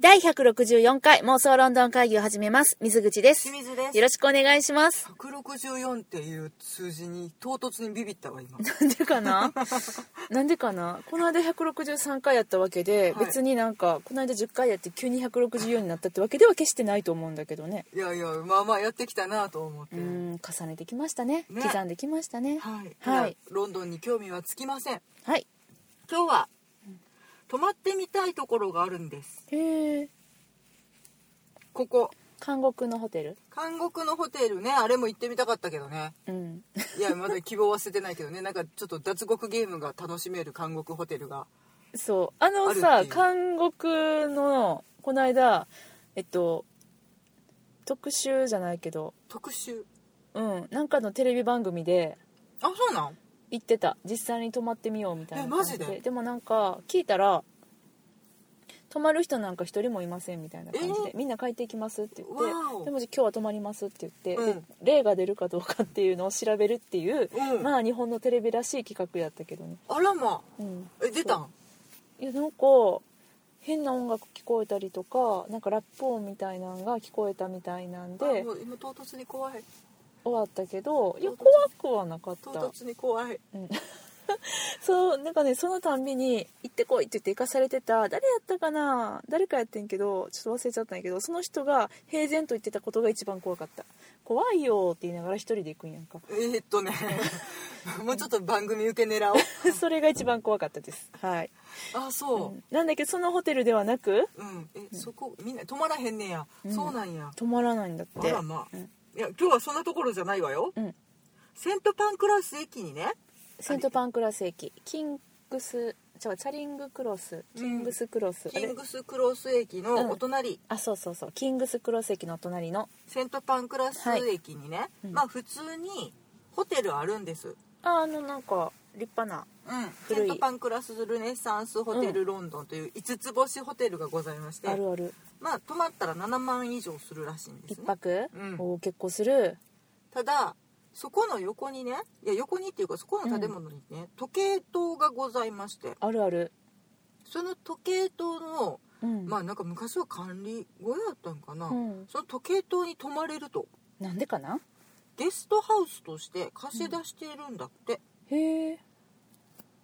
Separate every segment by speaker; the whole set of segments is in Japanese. Speaker 1: 第164回妄想ロンドン会議を始めます。水口です。
Speaker 2: 清水です
Speaker 1: よろしくお願いし ます。
Speaker 2: 164っていう数字に唐突にビビったわ 今
Speaker 1: なんでかななんでかなこの間163回やったわけで、
Speaker 2: はい
Speaker 1: 別になんか、この間10回やって急に164になったってわけでは決してないと思うんだけどね。
Speaker 2: いやいやまあまあやってきたなと思って、
Speaker 1: うん、重ねてきましたね。
Speaker 2: ね
Speaker 1: 刻んできましたね。
Speaker 2: はい、
Speaker 1: はい
Speaker 2: いやロンドンに興味はつきません
Speaker 1: はい。
Speaker 2: 今日は泊まってみたいところがあるんです
Speaker 1: へえ。
Speaker 2: ここ
Speaker 1: 韓国のホテル
Speaker 2: 韓国のホテルねあれも行ってみたかったけどね
Speaker 1: うん。
Speaker 2: いやまだ希望は捨ててないけどねなんかちょっと脱獄ゲームが楽しめる韓国ホテルが
Speaker 1: そうあの
Speaker 2: あ
Speaker 1: さ
Speaker 2: るっていう
Speaker 1: 韓国のこの間えっと特集じゃないけど
Speaker 2: 特集
Speaker 1: うんなんかのテレビ番組で
Speaker 2: あそうなん
Speaker 1: 行ってた実際に泊まってみようみたいな
Speaker 2: え
Speaker 1: 感
Speaker 2: マ
Speaker 1: じ
Speaker 2: ジ
Speaker 1: で
Speaker 2: で
Speaker 1: でもなんか聞いたら泊まる人なんか一人もいませんみたいな感じで、
Speaker 2: え
Speaker 1: みんな帰っていきますって言っ
Speaker 2: わ
Speaker 1: て
Speaker 2: お
Speaker 1: でもじゃあ今日は泊まりますって言って、
Speaker 2: うん
Speaker 1: で例が出るかどうかっていうのを調べるっていう、
Speaker 2: うん
Speaker 1: まあ日本のテレビらしい企画やったけどね、
Speaker 2: あらま
Speaker 1: うん、
Speaker 2: え出たん
Speaker 1: いやなんか変な音楽聞こえたりとかなんかラップ音みたいなのが聞こえたみたいなん
Speaker 2: あ
Speaker 1: で
Speaker 2: もう今唐突に怖い
Speaker 1: 終わったけどいや
Speaker 2: 唐突
Speaker 1: 怖くはなかっ
Speaker 2: 唐
Speaker 1: た
Speaker 2: 突に怖い
Speaker 1: そうなんかねそのたんびに「行ってこい」って言って行かされてた誰やったかな誰かやってんけどちょっと忘れちゃったんやけどその人が平然と言ってたことが一番怖かった「怖いよ」って言いながら一人で行くんやんか
Speaker 2: えーっとね もうちょっと番組受け狙おう
Speaker 1: それが一番怖かったですはい、
Speaker 2: あ
Speaker 1: う
Speaker 2: そ
Speaker 1: んなんだけどそのホテルではなく
Speaker 2: ううん、えそこみんな止まらへんねや、
Speaker 1: うん
Speaker 2: そうなんや
Speaker 1: 泊まらないんだっ
Speaker 2: あ
Speaker 1: て
Speaker 2: らまあ、
Speaker 1: うん
Speaker 2: いや今日はそんなところじゃないわよ、
Speaker 1: うん
Speaker 2: セントパンクラス駅にね
Speaker 1: セントパンクラス駅キングス違うチャリングクロスキングスクロス、あ
Speaker 2: キ
Speaker 1: れ
Speaker 2: ングスクロス駅のお隣、
Speaker 1: あそうそうそうキングスクロス駅の隣の
Speaker 2: セントパンクラス駅にね、
Speaker 1: うん
Speaker 2: まあ普通にホテルあるんです、
Speaker 1: ああのなんか立派な
Speaker 2: セ
Speaker 1: 古い
Speaker 2: ントパンクラスルネサンスホテルロンドンという5つ星ホテルがございまして、
Speaker 1: あるある
Speaker 2: まあ泊まったら7万以上するらしいんです
Speaker 1: 一
Speaker 2: ね
Speaker 1: 泊、
Speaker 2: うん
Speaker 1: おー結構する
Speaker 2: ただそこの横にねいや横にっていうかそこの建物にね、時計塔がございまして
Speaker 1: あるある
Speaker 2: その時計塔の
Speaker 1: うん、
Speaker 2: まあなんか昔は管理小屋だったんかな、
Speaker 1: うん
Speaker 2: その時計塔に泊まれると
Speaker 1: なんでかな
Speaker 2: ゲストハウスとして貸し出しているんだって、
Speaker 1: へえ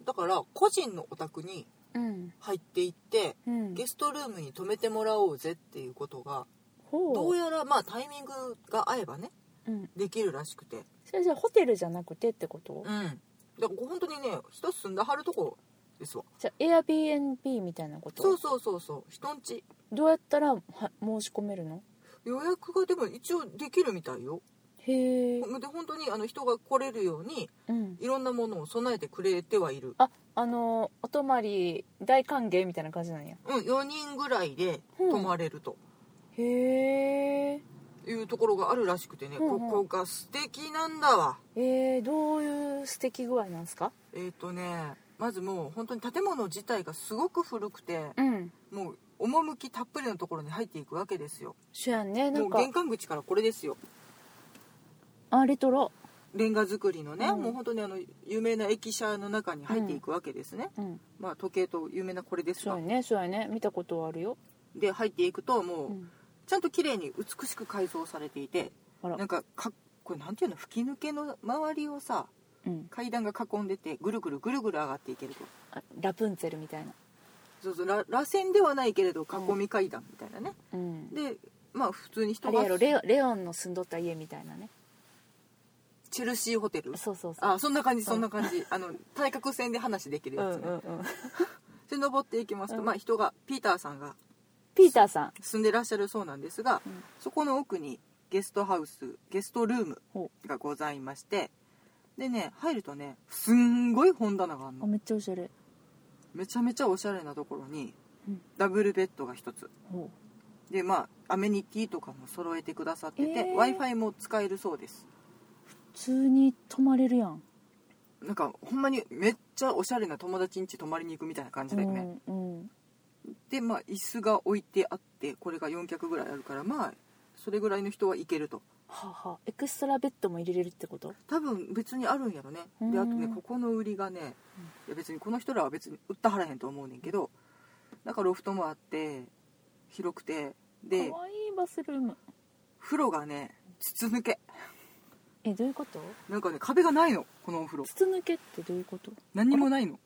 Speaker 2: だから個人のお宅に
Speaker 1: うん
Speaker 2: 入っていって
Speaker 1: うん
Speaker 2: ゲストルームに泊めてもらおうぜっていうことが
Speaker 1: ほう
Speaker 2: どうやらまあタイミングが合えばね
Speaker 1: うん、
Speaker 2: できるらしくて
Speaker 1: それじゃあホテルじゃなくてってこと、
Speaker 2: うんだから本当にね人住んだはるとこですわ
Speaker 1: じゃあ Airbnb みたいなこと
Speaker 2: そうそうそうそう人んち
Speaker 1: どうやったらは申し込めるの
Speaker 2: 予約がでも一応できるみたいよ
Speaker 1: へえ、
Speaker 2: で本当にあの人が来れるように
Speaker 1: うん、
Speaker 2: いろんなものを備えてくれてはいる
Speaker 1: ああのお泊まり大歓迎みたいな感じなんや
Speaker 2: うん4人ぐらいで
Speaker 1: うん
Speaker 2: 泊まれると
Speaker 1: へえ
Speaker 2: いうところがあるらしくてね、
Speaker 1: うんうん
Speaker 2: ここが素敵なんだわ
Speaker 1: えー、どういう素敵具合なんですか
Speaker 2: えっ、とねまずもう本当に建物自体がすごく古くて
Speaker 1: うん
Speaker 2: もう趣たっぷりのところに入っていくわけですよ
Speaker 1: そやんねな
Speaker 2: も
Speaker 1: ん
Speaker 2: う
Speaker 1: か
Speaker 2: 玄関口からこれですよ
Speaker 1: あレトロ
Speaker 2: レンガ造りのね、
Speaker 1: うん
Speaker 2: もう本当にあの有名な駅舎の中に入っていくわけですね、
Speaker 1: うん
Speaker 2: まあ時計と有名なこれです
Speaker 1: そ
Speaker 2: わ
Speaker 1: うやねそうやね見たことはあるよ、
Speaker 2: で入っていくとも
Speaker 1: う、
Speaker 2: うんちゃんと綺麗に美しく改造されていて
Speaker 1: あら
Speaker 2: なんかかこれなんていうの吹き抜けの周りをさ
Speaker 1: うん
Speaker 2: 階段が囲んでてぐるぐるぐるぐる上がっていけると
Speaker 1: あラプンツェルみたいな
Speaker 2: そうそうら螺旋ではないけれど囲み階段みたいなね、
Speaker 1: うん
Speaker 2: でまあ普通
Speaker 1: あ
Speaker 2: に人
Speaker 1: れ
Speaker 2: が
Speaker 1: やろレオレオンの住んどった家みたいなね
Speaker 2: チェルシーホテル
Speaker 1: そうそうそう
Speaker 2: あそんな感じそんな感じあの対角線で話できる
Speaker 1: う
Speaker 2: や
Speaker 1: ん
Speaker 2: つね、
Speaker 1: うんうん、
Speaker 2: で登っていきますと、
Speaker 1: うん
Speaker 2: まあ人がピーターさんが
Speaker 1: ピーターさん
Speaker 2: 住んでらっしゃるそうなんですが、
Speaker 1: うん
Speaker 2: そこの奥にゲストハウスゲストルーム
Speaker 1: ほ
Speaker 2: がございましてでね入るとねすんごい本棚がある
Speaker 1: あ
Speaker 2: の
Speaker 1: めっちゃおしゃれ
Speaker 2: めちゃめちゃおしゃれなところに
Speaker 1: うん
Speaker 2: ダブルベッドが1つ
Speaker 1: ほ
Speaker 2: でまあアメニティとかも揃えてくださってて、
Speaker 1: えー
Speaker 2: w i f i も使えるそうです
Speaker 1: 普通に泊まれるやん、
Speaker 2: なんかほんまにめっちゃおしゃれな友達ん家泊まりに行くみたいな感じ
Speaker 1: う
Speaker 2: だよね、
Speaker 1: んうん、
Speaker 2: でまあ椅子が置いてあってこれが4脚ぐらいあるからまあそれぐらいの人は行けると
Speaker 1: はあはあエクストラベッドも入れれるってこと
Speaker 2: 多分別にあるんやろね
Speaker 1: うん
Speaker 2: であとねここの売りがねいや別にこの人らは別に売ったはらへんと思うねんけどなんかロフトもあって広くてで
Speaker 1: かわいいバスルーム
Speaker 2: 風呂がね筒抜け
Speaker 1: えどういうこと
Speaker 2: なんかね壁がないのこのお風呂
Speaker 1: 筒抜けってどういうこと
Speaker 2: 何にもないの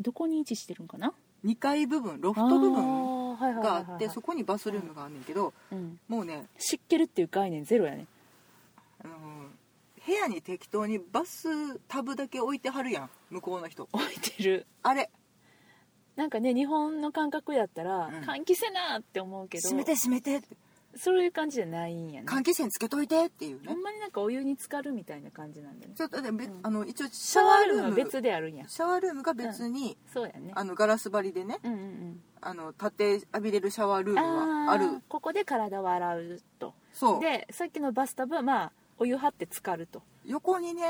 Speaker 1: どこに位置してるんかな
Speaker 2: 2階部分ロ
Speaker 1: ロ
Speaker 2: フト部分
Speaker 1: 分
Speaker 2: があってそこにバスルームがあんねんけど
Speaker 1: うん、
Speaker 2: もうね、
Speaker 1: 湿気るっていう概念ゼロやね
Speaker 2: あのー部屋に適当にバスタブだけ置いてはるやん向こうの人
Speaker 1: 置いてる
Speaker 2: あれ
Speaker 1: なんかね日本の感覚やったら、
Speaker 2: うん
Speaker 1: 換気せなって思うけど
Speaker 2: 閉めて閉めてって
Speaker 1: そういう感じじゃないんやね
Speaker 2: 換気扇つけといてっていう
Speaker 1: ほ
Speaker 2: ね
Speaker 1: んまになんかお湯に浸かるみたいな感じなんだね
Speaker 2: ちょっとでべ
Speaker 1: うん
Speaker 2: あの一応シ
Speaker 1: シ
Speaker 2: ャ
Speaker 1: ャ
Speaker 2: ワ
Speaker 1: ワー
Speaker 2: ール
Speaker 1: ルー
Speaker 2: ーム
Speaker 1: ムは別であるんや
Speaker 2: シャワールームが別に、
Speaker 1: そうやね
Speaker 2: あのガラス張りでね
Speaker 1: うんうん
Speaker 2: あの立て浴びれるシャワールー
Speaker 1: うん
Speaker 2: ムはあ
Speaker 1: ー
Speaker 2: る
Speaker 1: ここで体を洗うと
Speaker 2: そう
Speaker 1: でさっきのバスタブはまあお湯張って浸かると、
Speaker 2: 横にね、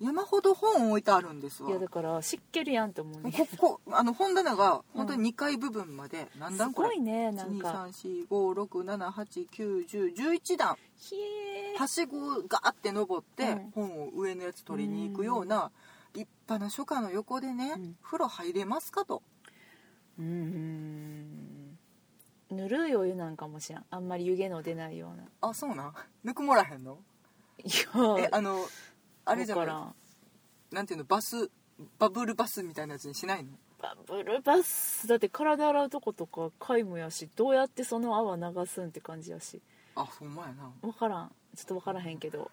Speaker 1: うん
Speaker 2: 山ほど本置いてあるんですわ
Speaker 1: いやだから湿気るやんと思うね
Speaker 2: ここあの本棚が
Speaker 1: うん
Speaker 2: 本当に2階部分まで何
Speaker 1: す
Speaker 2: 段これ
Speaker 1: ごいねなんか
Speaker 2: 1234567891011段
Speaker 1: ひえ
Speaker 2: はしごをガーって登って、
Speaker 1: うん
Speaker 2: 本を上のやつ取りに行くような立派な書家の横でね、
Speaker 1: うん
Speaker 2: 風呂入れますかと
Speaker 1: うーんぬるいお湯なんかもしらんあんまり湯気の出ないような
Speaker 2: あそうなんぬくもらへんの
Speaker 1: い
Speaker 2: え
Speaker 1: や
Speaker 2: あのあれじゃ
Speaker 1: わから
Speaker 2: なんいなんていうのバスバブルバスみたいなやつにしないの
Speaker 1: バブルバスだって体洗うとことか皆無やしどうやってその泡流すんって感じやし
Speaker 2: あほんまやな
Speaker 1: 分からんちょっと分からへんけど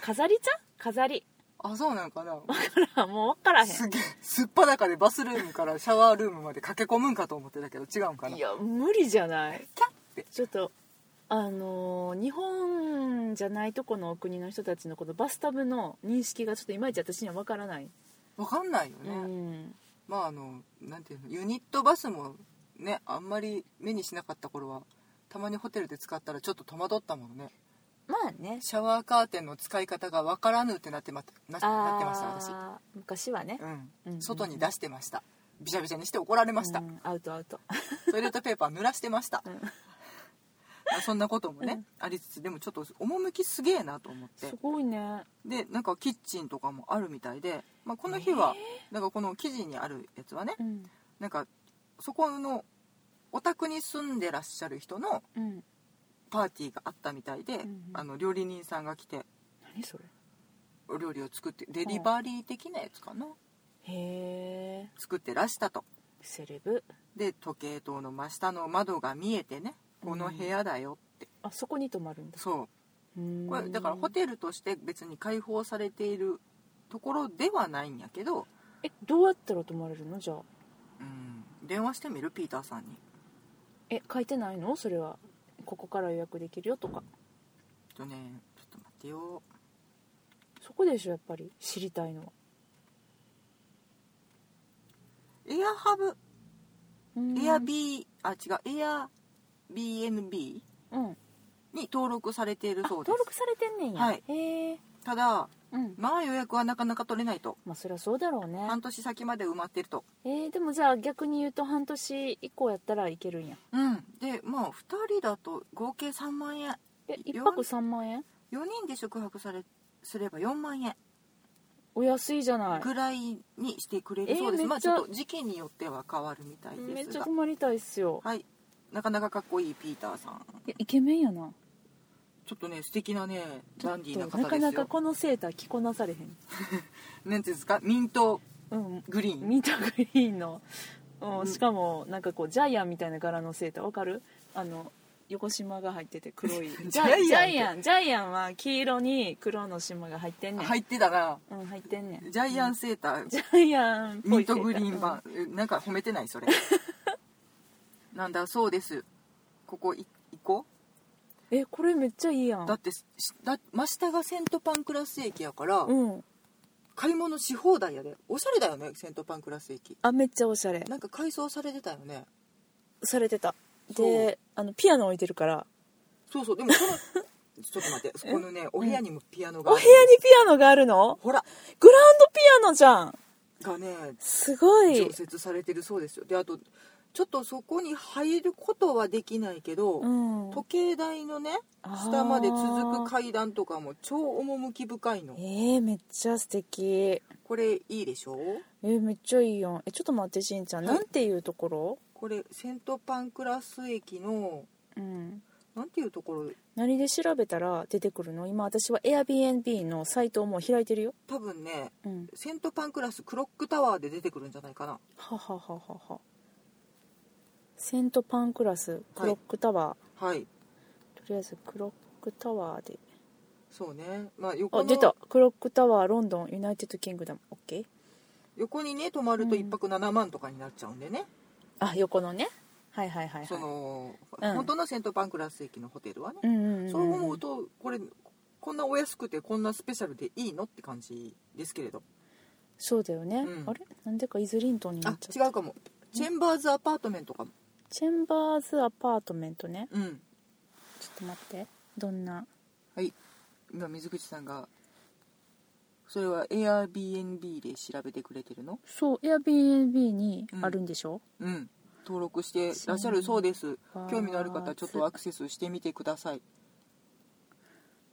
Speaker 1: 飾りちゃん飾り
Speaker 2: あそうなんかな
Speaker 1: ほらもう分からへ
Speaker 2: すげえすっぱだかでバスルームからシャワールームまで駆け込むんかと思ってたけど違うんかなん
Speaker 1: いや無理じゃない
Speaker 2: キャッて
Speaker 1: ちょっとあのー日本じゃないとこのお国の人たちのこのバスタブの認識がちょっといまいち私には分からない、
Speaker 2: わかんないよ
Speaker 1: う
Speaker 2: ね、
Speaker 1: ん
Speaker 2: まああのなんていうのユニットバスもねあんまり目にしなかった頃はたまにホテルで使ったらちょっと戸惑ったもんね
Speaker 1: まあね
Speaker 2: シャワーカーテンの使い方がわからぬってなってまななってました私、
Speaker 1: あー昔はね、
Speaker 2: うん
Speaker 1: うんうん
Speaker 2: 外に出してましたびしゃびしゃにして怒られました、
Speaker 1: うんアウトアウト
Speaker 2: トイレットペーパー濡らしてました、
Speaker 1: うん
Speaker 2: そんなこともね、ありつつでもちょっと趣すげえなと思って
Speaker 1: すごいね
Speaker 2: でなんかキッチンとかもあるみたいで、まあ、この日は、なんかこの記事にあるやつはね
Speaker 1: うん
Speaker 2: なんかそこのお宅に住んでらっしゃる人の
Speaker 1: うん
Speaker 2: パーティーがあったみたいで、
Speaker 1: んうん
Speaker 2: あの料理人さんが来て
Speaker 1: 何それ
Speaker 2: お料理を作ってデリバリー的なやつかな、
Speaker 1: へえ
Speaker 2: 作ってらしたと
Speaker 1: セレブ
Speaker 2: で時計塔の真下の窓が見えてねこの部屋だよって、
Speaker 1: あそこに泊まるんだ
Speaker 2: そ
Speaker 1: う
Speaker 2: う
Speaker 1: ーん
Speaker 2: これだからホテルとして別に開放されているところではないんやけど、
Speaker 1: えどうやったら泊まれるのじゃあ
Speaker 2: うん、電話してみるピーターさんに
Speaker 1: え書いてないのそれはここから予約できるよとか
Speaker 2: ちょっとねちょっと待ってよ
Speaker 1: そこでしょやっぱり知りたいのは
Speaker 2: エアハブ
Speaker 1: うーん
Speaker 2: エアビーあ違うエア BNB
Speaker 1: うんあ
Speaker 2: に登録されているそうで
Speaker 1: 登録
Speaker 2: す
Speaker 1: されてんねんや、
Speaker 2: はい
Speaker 1: へえ
Speaker 2: ただ
Speaker 1: うん
Speaker 2: まあ予約はなかなか取れないと
Speaker 1: まあそりゃそうだろうね
Speaker 2: 半年先まで埋まってると
Speaker 1: えー、でもじゃあ逆に言うと半年以降やったらいけるんや
Speaker 2: うんでまあ2人だと合計3万円
Speaker 1: え
Speaker 2: よん
Speaker 1: 1泊3万円
Speaker 2: 4人で宿泊されすれば4万円
Speaker 1: お安いじゃない
Speaker 2: ぐらいにしてくれるそうです、
Speaker 1: えーめ
Speaker 2: まあ
Speaker 1: っ
Speaker 2: ち
Speaker 1: ちゃ
Speaker 2: ょっと時期によっては変わるみたい
Speaker 1: めっ
Speaker 2: で
Speaker 1: ち
Speaker 2: す
Speaker 1: ゃ
Speaker 2: が
Speaker 1: 泊まりたいっすよ
Speaker 2: はいなかなかかっこいいピーターさん
Speaker 1: いやイケメンやな
Speaker 2: ちょっとね素敵なね
Speaker 1: ちょっと
Speaker 2: ダンディーな
Speaker 1: な
Speaker 2: 方です
Speaker 1: か
Speaker 2: よ
Speaker 1: なかこのセーター着こなされへ
Speaker 2: なんていうんですかミント
Speaker 1: んうん
Speaker 2: グリーン
Speaker 1: ミントグリーンの、うん
Speaker 2: うん
Speaker 1: しかもなんかこうジャイアンみたいな柄のセーターわかるあの横縞が入ってて黒 い
Speaker 2: ジャイアンって
Speaker 1: ジャイアンジャイアンは黄色に黒の縞が入ってんねん、
Speaker 2: 入ってたな
Speaker 1: うん、入ってんねん
Speaker 2: ジャイアン
Speaker 1: うん
Speaker 2: セーター
Speaker 1: ジャイアンっ
Speaker 2: ミ
Speaker 1: ぽい
Speaker 2: ン
Speaker 1: セ
Speaker 2: ト
Speaker 1: ーター
Speaker 2: グリーン版、えなんか褒めてな いそれなんだそうですここい行こ
Speaker 1: うんえこれめっちゃいいや
Speaker 2: うんだってしだ真下がセントパンクラス駅やから、
Speaker 1: うん
Speaker 2: 買い物し放題やでおしゃれだよねセントパンクラス駅
Speaker 1: あめっちゃおしゃれ
Speaker 2: なんか改装されてたよね
Speaker 1: されてた
Speaker 2: そ
Speaker 1: であのピアノ置いてるから
Speaker 2: そうそうでもその ちょっと待ってそこのねお部屋にもピアノが
Speaker 1: お
Speaker 2: あ
Speaker 1: 部
Speaker 2: る
Speaker 1: 屋にピアノがあるの
Speaker 2: ほら
Speaker 1: グランドピアノじゃん
Speaker 2: がね
Speaker 1: すごい
Speaker 2: 常設されてるそうですよであとちょっとそこに入ることはできないけど、
Speaker 1: うん
Speaker 2: 時計台のね下まで続く階段とかも超趣深いの
Speaker 1: えー、めっちゃ素敵
Speaker 2: これいいでしょ
Speaker 1: えーめっちゃいいやんえちょっと待ってしんちゃん、
Speaker 2: はい
Speaker 1: なんていうところ
Speaker 2: これセントパンクラス駅の
Speaker 1: うん
Speaker 2: なんていうところ
Speaker 1: 何で調べたら出てくるの今私は Airbnb のサイトをもう開いてるよ
Speaker 2: 多分ね
Speaker 1: うん
Speaker 2: セントパンクラスクロックタワーで出てくるんじゃないかな
Speaker 1: ははははははセントパンクラスクロックタワー、
Speaker 2: はい
Speaker 1: とりあえずクロックタワーで
Speaker 2: そうねまあ横
Speaker 1: あ
Speaker 2: の
Speaker 1: 出たクロックタワーロンドンユナイテッドキングダム OK
Speaker 2: 横にね泊まると
Speaker 1: うん
Speaker 2: 1泊7万とかになっちゃうんでね、
Speaker 1: あ横のねはいはいはいはい
Speaker 2: その、
Speaker 1: うん
Speaker 2: 本当のセントパンクラス駅のホテルはね、
Speaker 1: うんうんうん
Speaker 2: そう思うとこれこんなお安くてこんなスペシャルでいいのって感じですけれど
Speaker 1: そうだよね、
Speaker 2: うん
Speaker 1: あれなんでかイズリントンにな
Speaker 2: あ
Speaker 1: っちゃった
Speaker 2: 違うかもチェンバーズアパートメントかも
Speaker 1: チェンバーズアパートメントね
Speaker 2: うん
Speaker 1: ちょっと待ってどんな
Speaker 2: はい今水口さんがそれは Airbnb で調べてくれてるの
Speaker 1: そう Airbnb にあるんでしょ、
Speaker 2: うん登録してらっしゃるそうです
Speaker 1: そう
Speaker 2: 興味のある方はちょっとアクセスしてみてください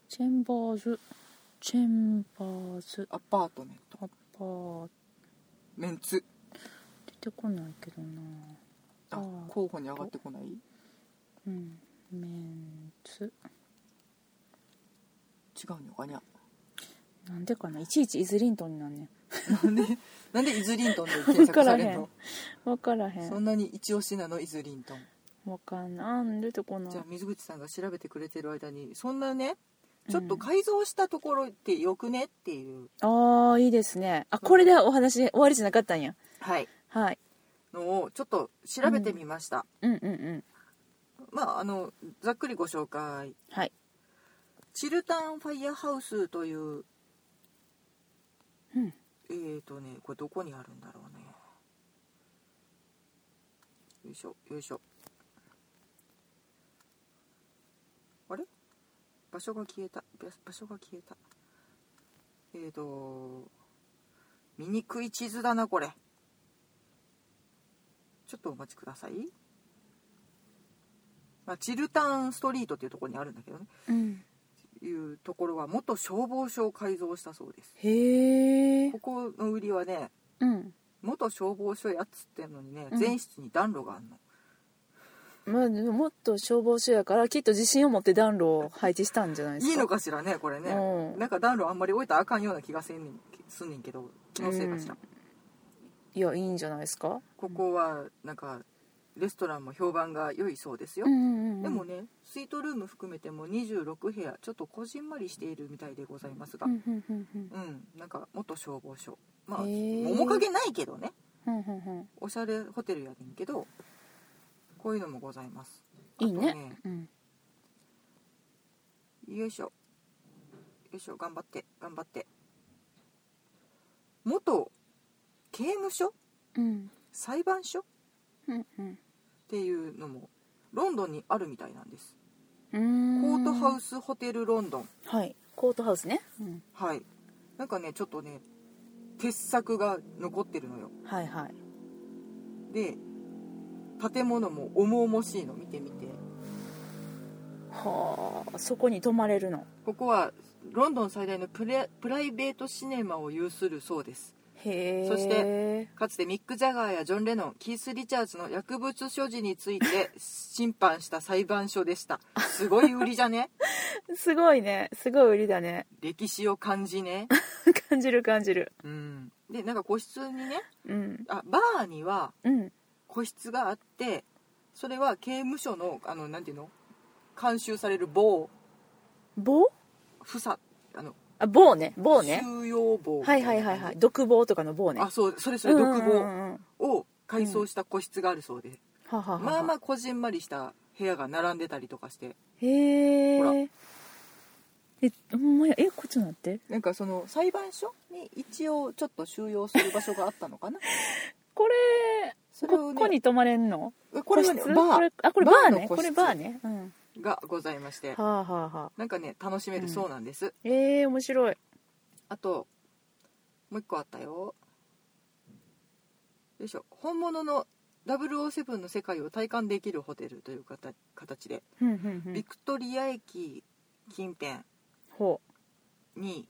Speaker 1: チェンバーズチェンバーズ
Speaker 2: アパートメント
Speaker 1: アパート
Speaker 2: メンツ
Speaker 1: 出てこないけどな
Speaker 2: あ
Speaker 1: アパート
Speaker 2: 候補に上がってこない
Speaker 1: うんメンツ
Speaker 2: 違うのかにゃ
Speaker 1: なんでかないちいちイズリントンになんねん
Speaker 2: なんでなんでイズリントンで検索される
Speaker 1: わ
Speaker 2: の
Speaker 1: 分からへん
Speaker 2: そんなに一押しなのイズリントン
Speaker 1: わかんなん出てこない
Speaker 2: じゃあ水口さんが調べてくれてる間にそんなねちょっと改造したところってよくねっていう、
Speaker 1: ああいいですねあこれでお話終わりじゃなかったんや
Speaker 2: はい
Speaker 1: はい
Speaker 2: のをちょっと調べてみました、
Speaker 1: うんうんうん
Speaker 2: まああのざっくりご紹介
Speaker 1: はい
Speaker 2: チルタンファイアハウスという
Speaker 1: うん
Speaker 2: えーとねこれどこにあるんだろうねよいしょよいしょあれ場所が消えた場場所が消えたえーと醜い地図だなこれちょっとお待ちください、まあ、チルタンストリートっていうところにあるんだけどね
Speaker 1: うん
Speaker 2: いうところは元消防署を改造したそうです
Speaker 1: へえ
Speaker 2: ここの売りはね
Speaker 1: うん
Speaker 2: 元消防署やっつってんのにね、
Speaker 1: うん
Speaker 2: 全室に暖炉があんの
Speaker 1: まあでももっと消防署やからきっと自信を持って暖炉を配置したんじゃないですか
Speaker 2: いいのかしらねこれね、
Speaker 1: うん
Speaker 2: なんか暖炉あんまり置いたらあかんような気がせんねんすんねんけど気のせいかし
Speaker 1: う
Speaker 2: ら、
Speaker 1: んいやいいんじゃないですか
Speaker 2: ここはなんかレストランも評判が良いそうですよ、
Speaker 1: うんうんうん
Speaker 2: でもねスイートルーム含めても26部屋ちょっとこじんまりしているみたいでございますが
Speaker 1: う
Speaker 2: うんん、
Speaker 1: うんうんうん
Speaker 2: なんか元消防署まあ
Speaker 1: へー
Speaker 2: 面影ないけどね
Speaker 1: うんうんうん
Speaker 2: おしゃれホテルやねんけどこういうのもございます
Speaker 1: いい
Speaker 2: あ
Speaker 1: ね
Speaker 2: とね
Speaker 1: うん
Speaker 2: よいしょよいしょ頑張って頑張って元刑務所
Speaker 1: うん
Speaker 2: 裁判所っ
Speaker 1: うんうん
Speaker 2: ていうのもロンドンにあるみたいなんです
Speaker 1: コ
Speaker 2: コー
Speaker 1: ー
Speaker 2: トハ
Speaker 1: ス
Speaker 2: ウスホテルロンドン
Speaker 1: はいコートハウスねうん
Speaker 2: はいなんかねちょっとね傑作が残ってるのよ
Speaker 1: はいはい
Speaker 2: で建物も重々しいの見てみて
Speaker 1: はあそこに泊まれるの
Speaker 2: ここはロンドン最大のプレプライベートシネマを有するそうです
Speaker 1: へえ
Speaker 2: そしてかつてミック・ジャガーやジョン・レノンキース・リチャーズの薬物所持につ いて審判した裁判所でしたすごい売りじ ゃね
Speaker 1: すごいねすごい売りだね
Speaker 2: 歴史を感じね、
Speaker 1: 感じる感じる
Speaker 2: うん、でなんか個室にね
Speaker 1: うん
Speaker 2: あバーには
Speaker 1: うん
Speaker 2: 個室があってそれは刑務所のあのなんていうの監修される棒
Speaker 1: 棒
Speaker 2: 房あの
Speaker 1: あ棒ね棒ね
Speaker 2: 収容棒
Speaker 1: はいはいはいはい独房とかの棒ね
Speaker 2: あそうそれそれ
Speaker 1: うん
Speaker 2: 独
Speaker 1: うんうん
Speaker 2: 房
Speaker 1: うんは
Speaker 2: を改装した個室があるそうで、
Speaker 1: あはあは
Speaker 2: まあま
Speaker 1: あ
Speaker 2: あこじんまりした部屋が並んでたりとかして
Speaker 1: へ
Speaker 2: ほら
Speaker 1: ええほんまやえこっちなって
Speaker 2: なんかその裁判所に一応ちょっと収容する場所があったのか な
Speaker 1: これ
Speaker 2: それを
Speaker 1: こ
Speaker 2: ね
Speaker 1: こに泊まれんの
Speaker 2: えこれはね
Speaker 1: 個
Speaker 2: バ
Speaker 1: 室こ
Speaker 2: ー
Speaker 1: れあこれバーね
Speaker 2: バーの
Speaker 1: こ
Speaker 2: 個室
Speaker 1: れバーねうん
Speaker 2: がございまして
Speaker 1: はあはあはあ
Speaker 2: なんかね楽しめるそうなんです、
Speaker 1: ええ面白い
Speaker 2: あともう一個あったよよいしょ本物の007の世界を体感できるホテルという形形で、
Speaker 1: ふんふんふ
Speaker 2: ビ
Speaker 1: ん
Speaker 2: クトリア駅近辺
Speaker 1: ほ
Speaker 2: に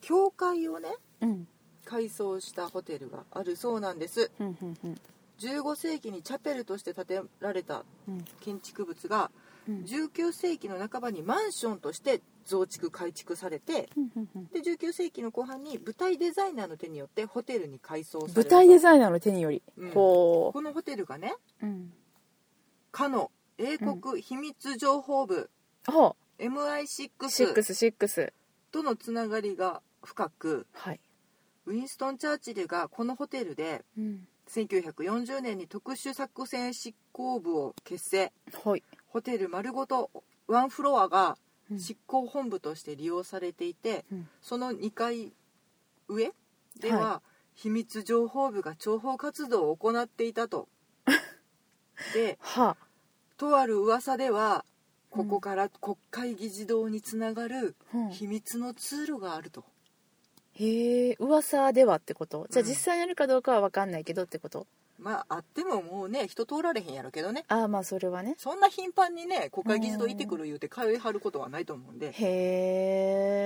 Speaker 2: 教会をね
Speaker 1: ううん
Speaker 2: 改装したホテルがあるそうなんです
Speaker 1: うんうんうん
Speaker 2: 15世紀にチャペルとして建てられた
Speaker 1: うん
Speaker 2: 建築物が
Speaker 1: うん
Speaker 2: 19世紀の半ばにマンションとして増築改築されて
Speaker 1: うんうんうん
Speaker 2: で19世紀の後半に舞台デザイナーの手によってホテルに改装された
Speaker 1: 舞台デザイナーの手により、
Speaker 2: うん
Speaker 1: こ
Speaker 2: このホテルがね
Speaker 1: う、うん、
Speaker 2: かの英国秘密情報部、
Speaker 1: あ
Speaker 2: MI6
Speaker 1: 666
Speaker 2: とのつながりが深く
Speaker 1: はい、
Speaker 2: ウィンストン・チャーチルがこのホテルで
Speaker 1: うん、
Speaker 2: 1940年に特殊作戦執行部を結成
Speaker 1: はい、
Speaker 2: ホテル丸ごとワンフロアが
Speaker 1: うん
Speaker 2: 執行本部として利用されていて、
Speaker 1: うん
Speaker 2: その2階上では、秘密情報部が諜報活動を行っていた とで
Speaker 1: は
Speaker 2: とある噂ではこ
Speaker 1: うん
Speaker 2: こから国会議事堂につながる
Speaker 1: あ、うん、
Speaker 2: 秘密の通路があると、
Speaker 1: へえ噂ではってことじゃあ
Speaker 2: うん
Speaker 1: 実際にあるかどうかは分かんないけどってこと、
Speaker 2: まああってももうね人通られへんやろけどね
Speaker 1: ああまあそれはね
Speaker 2: そんな頻繁にね国会議事堂行ってくる言うて通いはることはないと思うんで
Speaker 1: へ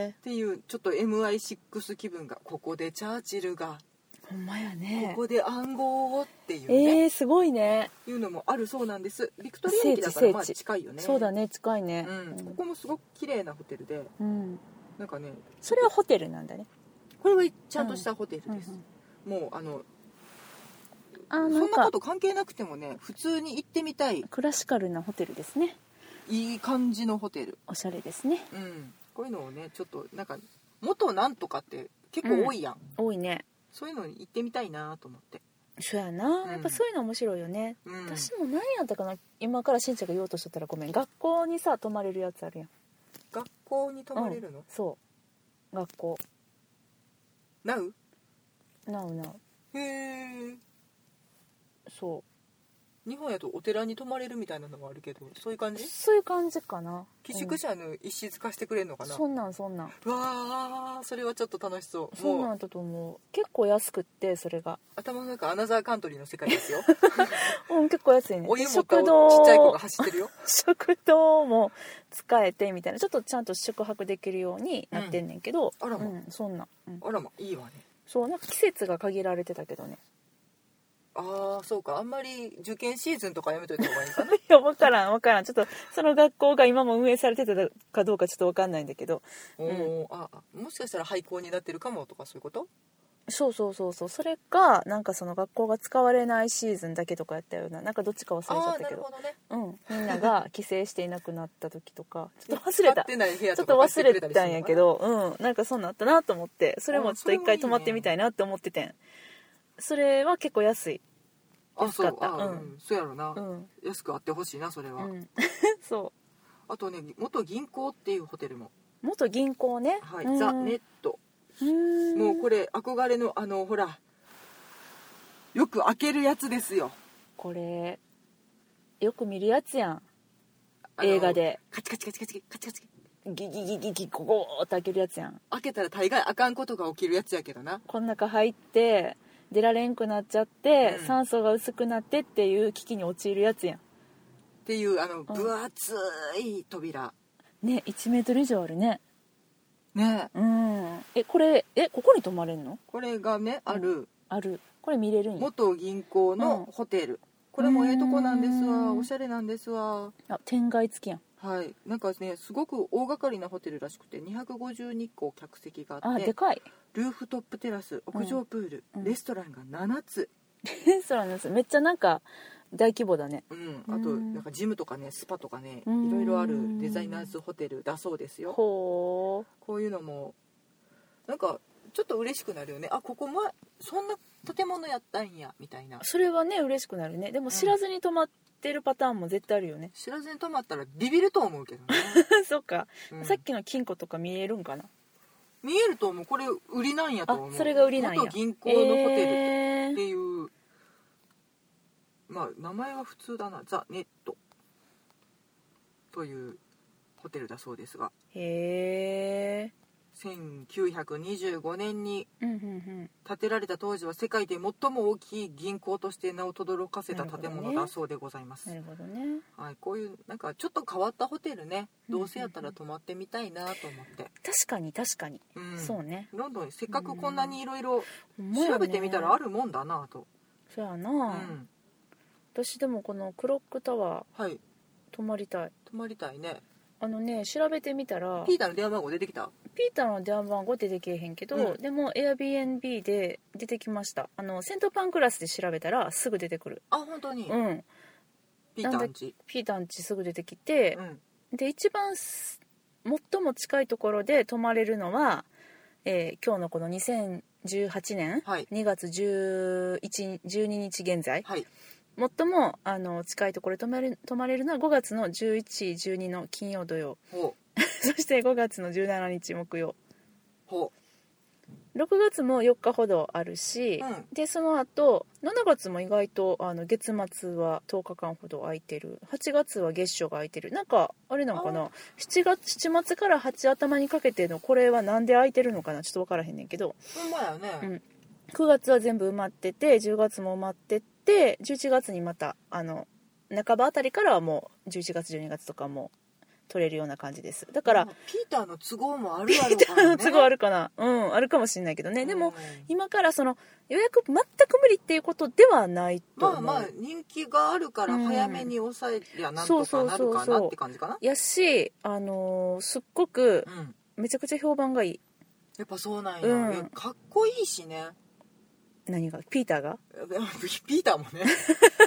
Speaker 1: え
Speaker 2: っていうちょっと MI6 気分がここでチャーチルが
Speaker 1: ほんまや
Speaker 2: こ
Speaker 1: ね
Speaker 2: こで暗号をっていうね、
Speaker 1: えー、すごいね
Speaker 2: いうのもあるそうなんですビクトリア駅だから
Speaker 1: 聖地
Speaker 2: まあ
Speaker 1: 聖地
Speaker 2: 近いよね
Speaker 1: そうだね近いね
Speaker 2: うん、ここもすごく綺麗なホテルで
Speaker 1: うん、うん
Speaker 2: なんかね
Speaker 1: それはホテルなんだね、
Speaker 2: これはちゃんとしたホテルです、
Speaker 1: うん
Speaker 2: もうあの
Speaker 1: あー
Speaker 2: そ
Speaker 1: なん
Speaker 2: んな
Speaker 1: か
Speaker 2: こと関係なくてもね普通に行ってみたい
Speaker 1: クラシカルなホテルですね
Speaker 2: いい感じのホテル、
Speaker 1: おしゃれですね
Speaker 2: うん、こういうのをねちょっとなんか元なんとかって結構多いやん、
Speaker 1: 多いね
Speaker 2: そういうのに行ってみたいなと思って、
Speaker 1: そうやな、やっぱそういうの面白いよね
Speaker 2: うん、
Speaker 1: 私も何やったかな今からしんちゃんが言おうとしとったらごめん学校にさ泊まれるやつあるやん
Speaker 2: 学校に泊まれるの、
Speaker 1: そう学校
Speaker 2: なう
Speaker 1: なうなう
Speaker 2: へえ
Speaker 1: そ
Speaker 2: 日本やとお寺に泊まれるみたいなのもあるけどそういう感
Speaker 1: う
Speaker 2: じ
Speaker 1: そういう感じかな
Speaker 2: 寄宿舎の一室貸してくれる
Speaker 1: う
Speaker 2: のか
Speaker 1: ん
Speaker 2: な、
Speaker 1: そんなんそんなん
Speaker 2: うわーそれはちょっと楽しそう
Speaker 1: そう
Speaker 2: も
Speaker 1: な
Speaker 2: うん
Speaker 1: だと思う結構安くってそれが
Speaker 2: 頭の中アナザーカントリーの世 界ですよ
Speaker 1: うん結構安いね
Speaker 2: お湯持った
Speaker 1: 食堂
Speaker 2: ちっちゃい子が走ってるよ
Speaker 1: 食堂も使えてみたいなちょっとちゃんと宿泊できるようになってんねんけど、
Speaker 2: うんあらま
Speaker 1: うんそんなん、うん
Speaker 2: あらまいいわね
Speaker 1: そうなんか季節が限られてたけどね
Speaker 2: ああそうかあんまり受験シーズンとかやめといた方がいい かな
Speaker 1: いや分からん分からんちょっとその学校が今も運営されてたかどうかちょっと分かんないんだけど
Speaker 2: おおああもしかしたら廃校になってるかもとかそういうこと
Speaker 1: そうそうそうそうそれかなんかその学校が使われないシーズンだけとかやったようななんかどっちか忘れちゃ
Speaker 2: あ
Speaker 1: っ
Speaker 2: あー
Speaker 1: た
Speaker 2: な
Speaker 1: け
Speaker 2: る
Speaker 1: ど
Speaker 2: ほどね
Speaker 1: うん、みんなが帰省していなくなった時とかちょっと忘れ
Speaker 2: 使ったてない部屋
Speaker 1: ちょ
Speaker 2: と
Speaker 1: っと
Speaker 2: か
Speaker 1: 忘れたん
Speaker 2: 貸してくれりするのかな
Speaker 1: やけどうんなんかそんなんあったなと思ってそれもちょっと一回
Speaker 2: あそれも
Speaker 1: 泊
Speaker 2: いいね
Speaker 1: まってみたいなって思っててんそれは結構安い
Speaker 2: あそう
Speaker 1: 安かった
Speaker 2: あ、う
Speaker 1: うん
Speaker 2: ん、そうやろな、
Speaker 1: うん、
Speaker 2: 安くあってほしいなそれ
Speaker 1: う
Speaker 2: は、
Speaker 1: ん、そ
Speaker 2: あとね元銀行っていうホテルも
Speaker 1: う元銀行ね
Speaker 2: はい、
Speaker 1: うん
Speaker 2: ザ・ネット
Speaker 1: うん
Speaker 2: もうこれ憧れのあのほらよく開けるやつですよ
Speaker 1: これよく見るやつやん
Speaker 2: あの
Speaker 1: 映画で
Speaker 2: カチカチカチカチカチカチ
Speaker 1: ギギギギギここーって開けるやつやん
Speaker 2: 開けたら大概あかんことが起きるやつやけどな
Speaker 1: こん中入って出られんくなっちゃって、
Speaker 2: うん
Speaker 1: 酸素が薄くなってっていう危機に陥るやつや
Speaker 2: っていうあの分厚い扉、
Speaker 1: んね1メートル以上あるね
Speaker 2: ね
Speaker 1: うんえこれえここに泊まれんの
Speaker 2: これがねある
Speaker 1: あるこれ見れるんや
Speaker 2: 元銀行のホテル、これもええとこなんですわ
Speaker 1: うん
Speaker 2: おしゃれなんですわ
Speaker 1: あ天外付きやん
Speaker 2: はいなんかねすごく大掛かりなホテルらしくて252個客席があっ
Speaker 1: あ
Speaker 2: て
Speaker 1: でかい
Speaker 2: ルーフトップテラス屋上プール、
Speaker 1: うん
Speaker 2: レストランが7つ、
Speaker 1: そうなんですめっちゃなんか大規模だね
Speaker 2: うん、
Speaker 1: うん
Speaker 2: あとなんかジムとかねスパとかね
Speaker 1: うん
Speaker 2: いろいろあるデザイナーズホテルだそうですよ
Speaker 1: ほ
Speaker 2: こういうのもなんかちょっと嬉しくなるよねあここまそんな建物やったんやみたいな
Speaker 1: うそれはね嬉しくなるねでも知らずに泊まってるパターンも絶対あるよね
Speaker 2: 知らずに泊まったらビビると思うけどね、
Speaker 1: そっか、
Speaker 2: うん
Speaker 1: さっきの金庫とか見えるんかな
Speaker 2: 見えると思うこれ売りなんやと思う
Speaker 1: あそれが売りなんや
Speaker 2: 元銀行のホテルっ
Speaker 1: え
Speaker 2: て
Speaker 1: ー
Speaker 2: いう、まあ名前は普通だなザ・ネットというホテルだそうですが
Speaker 1: へえ
Speaker 2: 1925年に
Speaker 1: うんうんうん
Speaker 2: 建てられた当時は世界で最も大きい銀行として名を轟かせた建物だそうでございます、
Speaker 1: なるほどね
Speaker 2: はい、こういうなんかちょっと変わったホテルね
Speaker 1: うんうん
Speaker 2: ど
Speaker 1: うん
Speaker 2: うせやったら泊まってみたいなと思って、
Speaker 1: 確かに確かに、
Speaker 2: うん
Speaker 1: そうね
Speaker 2: ロンドンにせっかくこんなにいろいろ
Speaker 1: ほんまやね
Speaker 2: 調べてみたらあるもんだなと、
Speaker 1: そうやな、
Speaker 2: うん、
Speaker 1: 私でもこのクロックタワー
Speaker 2: はい
Speaker 1: 泊まりたい
Speaker 2: 泊まりたいね
Speaker 1: あのね調べてみたら
Speaker 2: ピーターの電話番号出てきた
Speaker 1: ピーターの電話番号出てけえへんけど、
Speaker 2: うん
Speaker 1: でも Airbnb で出てきましたあのセントパンクラスで調べたらすぐ出てくる
Speaker 2: あ本当に、
Speaker 1: うん
Speaker 2: ピーターんち
Speaker 1: ピーターんちすぐ出てきて
Speaker 2: う、ん
Speaker 1: で一番す最も近いところで泊まれるのは、えー今日のこの2018年
Speaker 2: はい
Speaker 1: 2月11 12日現在
Speaker 2: はい
Speaker 1: 最もあの近いところで泊まれる泊まれるのは5月の1112の金曜土曜
Speaker 2: ほう
Speaker 1: そして5月の17日木曜
Speaker 2: ほ
Speaker 1: 6月も4日ほどあるし、
Speaker 2: うん
Speaker 1: でその後7月も意外とあの月末は10日間ほど空いてる8月は月初が空いてるなんかあれなのかな7月7末から8頭にかけてのこれはなんで空いてるのかなちょっと分からへんねんけど
Speaker 2: うほんまやね、
Speaker 1: うん9月は全部埋まってて10月も埋まってって11月にまたあの半ばあたりからはもう11月12月とかも取れるような感じですだから、
Speaker 2: まあピーターの都合もあるやろうか
Speaker 1: あ
Speaker 2: ら、
Speaker 1: の
Speaker 2: ね、
Speaker 1: 都合あるかなうんあるかもしれないけどねでも、
Speaker 2: うん
Speaker 1: 今からその予約全く無理っていうことではないと
Speaker 2: ま
Speaker 1: 思
Speaker 2: あ
Speaker 1: う、
Speaker 2: まあ人気があるから早めに抑えりゃなん
Speaker 1: そう
Speaker 2: と
Speaker 1: そ
Speaker 2: か
Speaker 1: うそ
Speaker 2: な
Speaker 1: うそう
Speaker 2: るかなって感じかな
Speaker 1: やし、あのーすっごく
Speaker 2: うん
Speaker 1: めちゃくちゃ評判がいい
Speaker 2: やっぱそうなんや、
Speaker 1: うん
Speaker 2: いやかっこいいしね
Speaker 1: 何がピーターが
Speaker 2: でもピーターも ね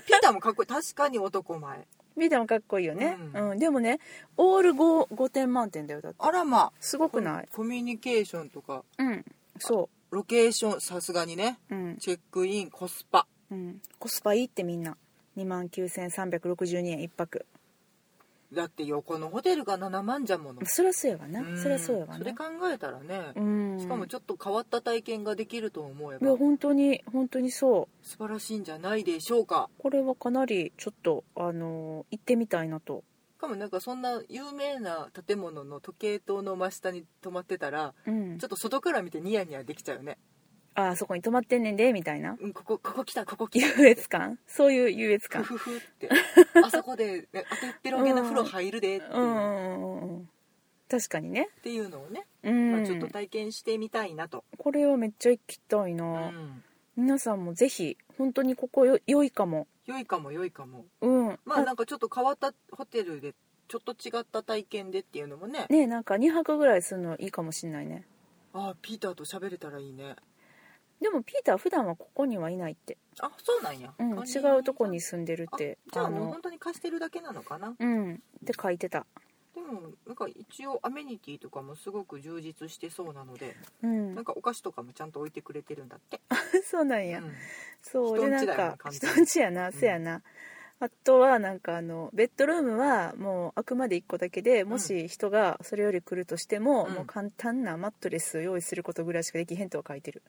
Speaker 2: ピーターもかっこいい確かに男前
Speaker 1: ピーターもかっこいいよね、う
Speaker 2: うんん
Speaker 1: でもねオール 5, 5点満点だよだって
Speaker 2: あらます
Speaker 1: ご
Speaker 2: あ
Speaker 1: くない
Speaker 2: コミュニケーションとか
Speaker 1: うんそ
Speaker 2: ロケーションさすがにね
Speaker 1: ううん、
Speaker 2: チェックインコスパ
Speaker 1: うん、コスパいいってみんな2万9362円1泊
Speaker 2: だって横のホテルが7万じゃもの
Speaker 1: そりゃそうやわな、
Speaker 2: うん
Speaker 1: そりゃそうやわ
Speaker 2: それ
Speaker 1: な
Speaker 2: 考えたらね
Speaker 1: う、ん
Speaker 2: しかもちょっと変わった体験ができると思え
Speaker 1: いや
Speaker 2: ば
Speaker 1: 本当に本当にそう
Speaker 2: 素晴らしいんじゃないでしょうか
Speaker 1: これはかなりちょっとあのー行ってみたいなと
Speaker 2: しかもなんかそんな有名な建物の時計塔の真下に泊まってたら
Speaker 1: うん
Speaker 2: ちょっと外から見てニヤニヤできちゃうよね、
Speaker 1: ああそこに泊まってんねんでみたいな
Speaker 2: うん、ここここ来たここ来た
Speaker 1: 優越感そういう優越
Speaker 2: ふ
Speaker 1: 感
Speaker 2: ふふ ってあそこでね当てっぺろげな風呂入るでっていう,、
Speaker 1: うんう
Speaker 2: っ
Speaker 1: んうんうん確かにね
Speaker 2: ていうのをね、
Speaker 1: う
Speaker 2: まあ、
Speaker 1: ん
Speaker 2: ちょっと体験してみたいなと、
Speaker 1: これはめっちゃ行きたいうな、
Speaker 2: ん、
Speaker 1: 皆さんもぜひ本当にここよ良いかも
Speaker 2: 良いかも良いかも
Speaker 1: うん
Speaker 2: まあなんかちょっと変わったホテルでちょっと違った体験でっていうのもね
Speaker 1: ねなんか2泊ぐらいするのいいかもしんないね
Speaker 2: ああピーターと喋れたらいいね
Speaker 1: でもピーター普段はここにはいないって、
Speaker 2: あそうなんや、
Speaker 1: うん、
Speaker 2: 管理
Speaker 1: 違
Speaker 2: 人さん
Speaker 1: うとこに住んでる
Speaker 2: あ
Speaker 1: って
Speaker 2: じゃあもう
Speaker 1: の
Speaker 2: 本当に貸してるだけなのかな
Speaker 1: うんって書いてた
Speaker 2: でもなんか一応アメニティとかもすごく充実してそうなので、
Speaker 1: うん
Speaker 2: なんかお菓子とかもちゃんと置いてくれてるんだって、
Speaker 1: そうなん
Speaker 2: う
Speaker 1: や、
Speaker 2: ん
Speaker 1: そうで
Speaker 2: 人ん
Speaker 1: なん
Speaker 2: ちだよ
Speaker 1: か
Speaker 2: ね完
Speaker 1: 人
Speaker 2: 全に
Speaker 1: んちやな、
Speaker 2: ん
Speaker 1: せやなあとはなんかあのベッドルームはもうあくまで1個だけでもし人がそれより来るとしても、
Speaker 2: うん
Speaker 1: もう簡単なマットレスを用意することぐらいしかできへんとは書いてる、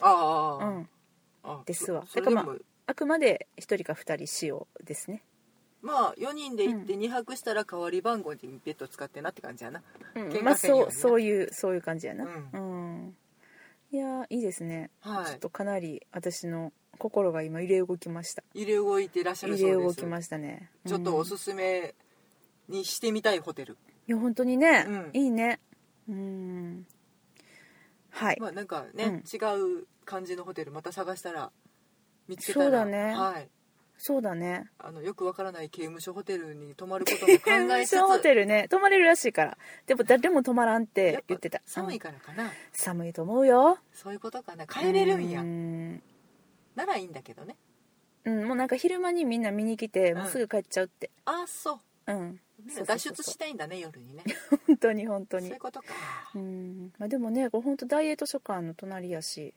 Speaker 2: あ
Speaker 1: う
Speaker 2: あああ、
Speaker 1: ん、
Speaker 2: あ
Speaker 1: ですわ
Speaker 2: そそれで
Speaker 1: だか
Speaker 2: も
Speaker 1: あくまで1人か2人使用ですね、
Speaker 2: まあ4人で行って2泊したら代わり番号でベッド使ってなって感じやな
Speaker 1: うん
Speaker 2: 喧嘩
Speaker 1: まあ
Speaker 2: せんよ
Speaker 1: そうう
Speaker 2: にね
Speaker 1: そういうそういう感じやなう、
Speaker 2: うん
Speaker 1: いやーいいですね、
Speaker 2: は
Speaker 1: ちょっとかなり私の心が今揺れ動きました
Speaker 2: い入れ動いてらっしゃる
Speaker 1: 揺
Speaker 2: そうで
Speaker 1: れ
Speaker 2: す
Speaker 1: 動きましたね
Speaker 2: ちょっとお
Speaker 1: うん
Speaker 2: すすめにしてみたいホテル、
Speaker 1: いや本当にね、
Speaker 2: うん
Speaker 1: いいねうんはい、
Speaker 2: まあなんかね、
Speaker 1: うん
Speaker 2: 違う感じのホテルまた探したら見つけたら
Speaker 1: そうだね
Speaker 2: はい、
Speaker 1: そうだね
Speaker 2: あのよくわからない刑務所ホテルに泊まることも考えつつ
Speaker 1: ションホテルね泊まれるらしいからでも誰も泊まらんって言ってた
Speaker 2: やぱ寒
Speaker 1: う
Speaker 2: い
Speaker 1: ん
Speaker 2: からかな、
Speaker 1: 寒いと思うよ
Speaker 2: そういうことかな帰れるんや
Speaker 1: うん
Speaker 2: ならいいんだけどね
Speaker 1: うんもうなんか昼間にみんな見に来て
Speaker 2: ん
Speaker 1: もうすぐ帰っちゃうって
Speaker 2: ああそう
Speaker 1: うん、
Speaker 2: みん
Speaker 1: そ
Speaker 2: な
Speaker 1: うそうそ
Speaker 2: 脱
Speaker 1: う
Speaker 2: 出したいんだね夜にね
Speaker 1: 本当に本当
Speaker 2: そう
Speaker 1: に
Speaker 2: いうことか
Speaker 1: うん、まあ、でもねこれ本当大英図書館の隣やし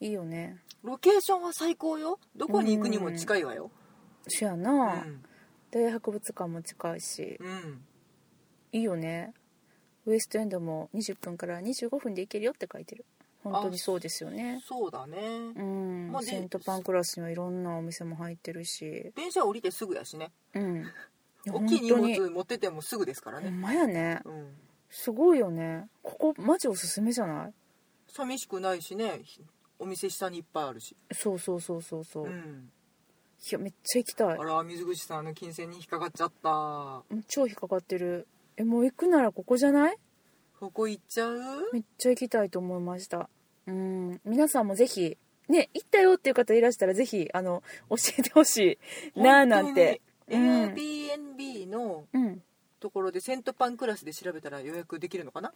Speaker 1: いいよね
Speaker 2: ロケーションは最高よどこに行くにも近いわよ
Speaker 1: そや
Speaker 2: う
Speaker 1: な、
Speaker 2: ん
Speaker 1: 大英博物館も近いし
Speaker 2: うん
Speaker 1: いいよねウエストエンドも20分から25分で行けるよって書いてる本当にそうですよね
Speaker 2: そうだね
Speaker 1: うん
Speaker 2: まあで
Speaker 1: セントパンクラスにはいろんなお店も入ってるし
Speaker 2: 電車降りてすぐやしね
Speaker 1: うんや
Speaker 2: 大きい荷
Speaker 1: 本当に
Speaker 2: 物持っててもすぐですから
Speaker 1: ほ
Speaker 2: ね
Speaker 1: んまやね
Speaker 2: うん
Speaker 1: すごいよねここマジおすすめじゃない
Speaker 2: 寂しくないしねひお店下にいっぱいあるし、
Speaker 1: そうそうそうそうそう、
Speaker 2: う
Speaker 1: い
Speaker 2: ん、
Speaker 1: やめっちゃ行きたい
Speaker 2: あら水口さんの金銭に引っかかっちゃった
Speaker 1: もう超引っかかってるえもう行くならここじゃない
Speaker 2: ここ行っちゃう
Speaker 1: めっちゃ行きたいと思いましたうん皆さんもぜひね行ったよっていう方いらしたらぜひあの教えてほしいなあなんて
Speaker 2: 本
Speaker 1: う
Speaker 2: 当に
Speaker 1: ん
Speaker 2: Airbnb の
Speaker 1: うん
Speaker 2: ところでセントパンクラスで調べたら予約できるのかな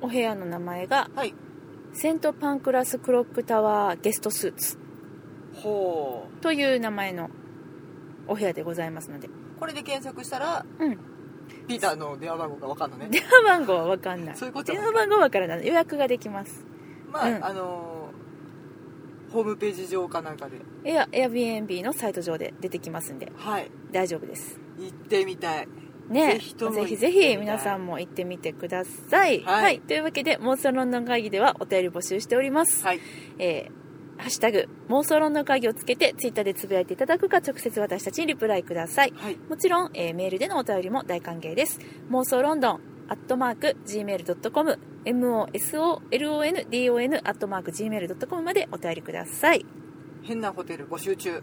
Speaker 1: お部屋の名前が
Speaker 2: はい
Speaker 1: セントパンクラスクロックタワーゲストスーツ
Speaker 2: ほ
Speaker 1: という名前のお部屋でございますので
Speaker 2: うこれで検索したら
Speaker 1: うん
Speaker 2: ピーターの電話番号が分かんのね
Speaker 1: 電話番号は分かんない
Speaker 2: そういうこと
Speaker 1: 電話番号は分からない予約ができます
Speaker 2: まあ、
Speaker 1: うん
Speaker 2: あのーホームページ上かなんかで
Speaker 1: エア Airbnb のサイト上で出てきますんで
Speaker 2: はい
Speaker 1: 大丈夫です
Speaker 2: 行ってみたい
Speaker 1: ね
Speaker 2: ぜひとも
Speaker 1: ぜ
Speaker 2: 行
Speaker 1: ひ
Speaker 2: ってみたい
Speaker 1: ぜひ皆さんも行ってみてください、
Speaker 2: はい
Speaker 1: というわけで妄想ロンドン会議ではお便り募集しております、
Speaker 2: はい
Speaker 1: えーハッシュタグ妄想ロンドン会議をつけてツイッターでつぶやいていただくか直接私たちにリプライください
Speaker 2: はい
Speaker 1: もちろん、えーメールでのお便りも大歓迎です妄想ロンドンアットマーク Gmail.com MOSOLONDON アットマーク Gmail.com までお便りくだ さい
Speaker 2: 変なホテル募集中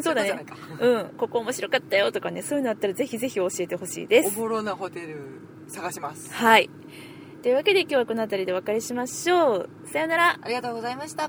Speaker 1: そうだね
Speaker 2: いことじゃないか
Speaker 1: うんここ面白かったよとかねそういうのあったらぜひぜひ教えてほしいで
Speaker 2: お
Speaker 1: す
Speaker 2: ぼろなホテル探します
Speaker 1: はいというわけで今日はこの辺りでお別れしましょうさよなら
Speaker 2: ありがとうございました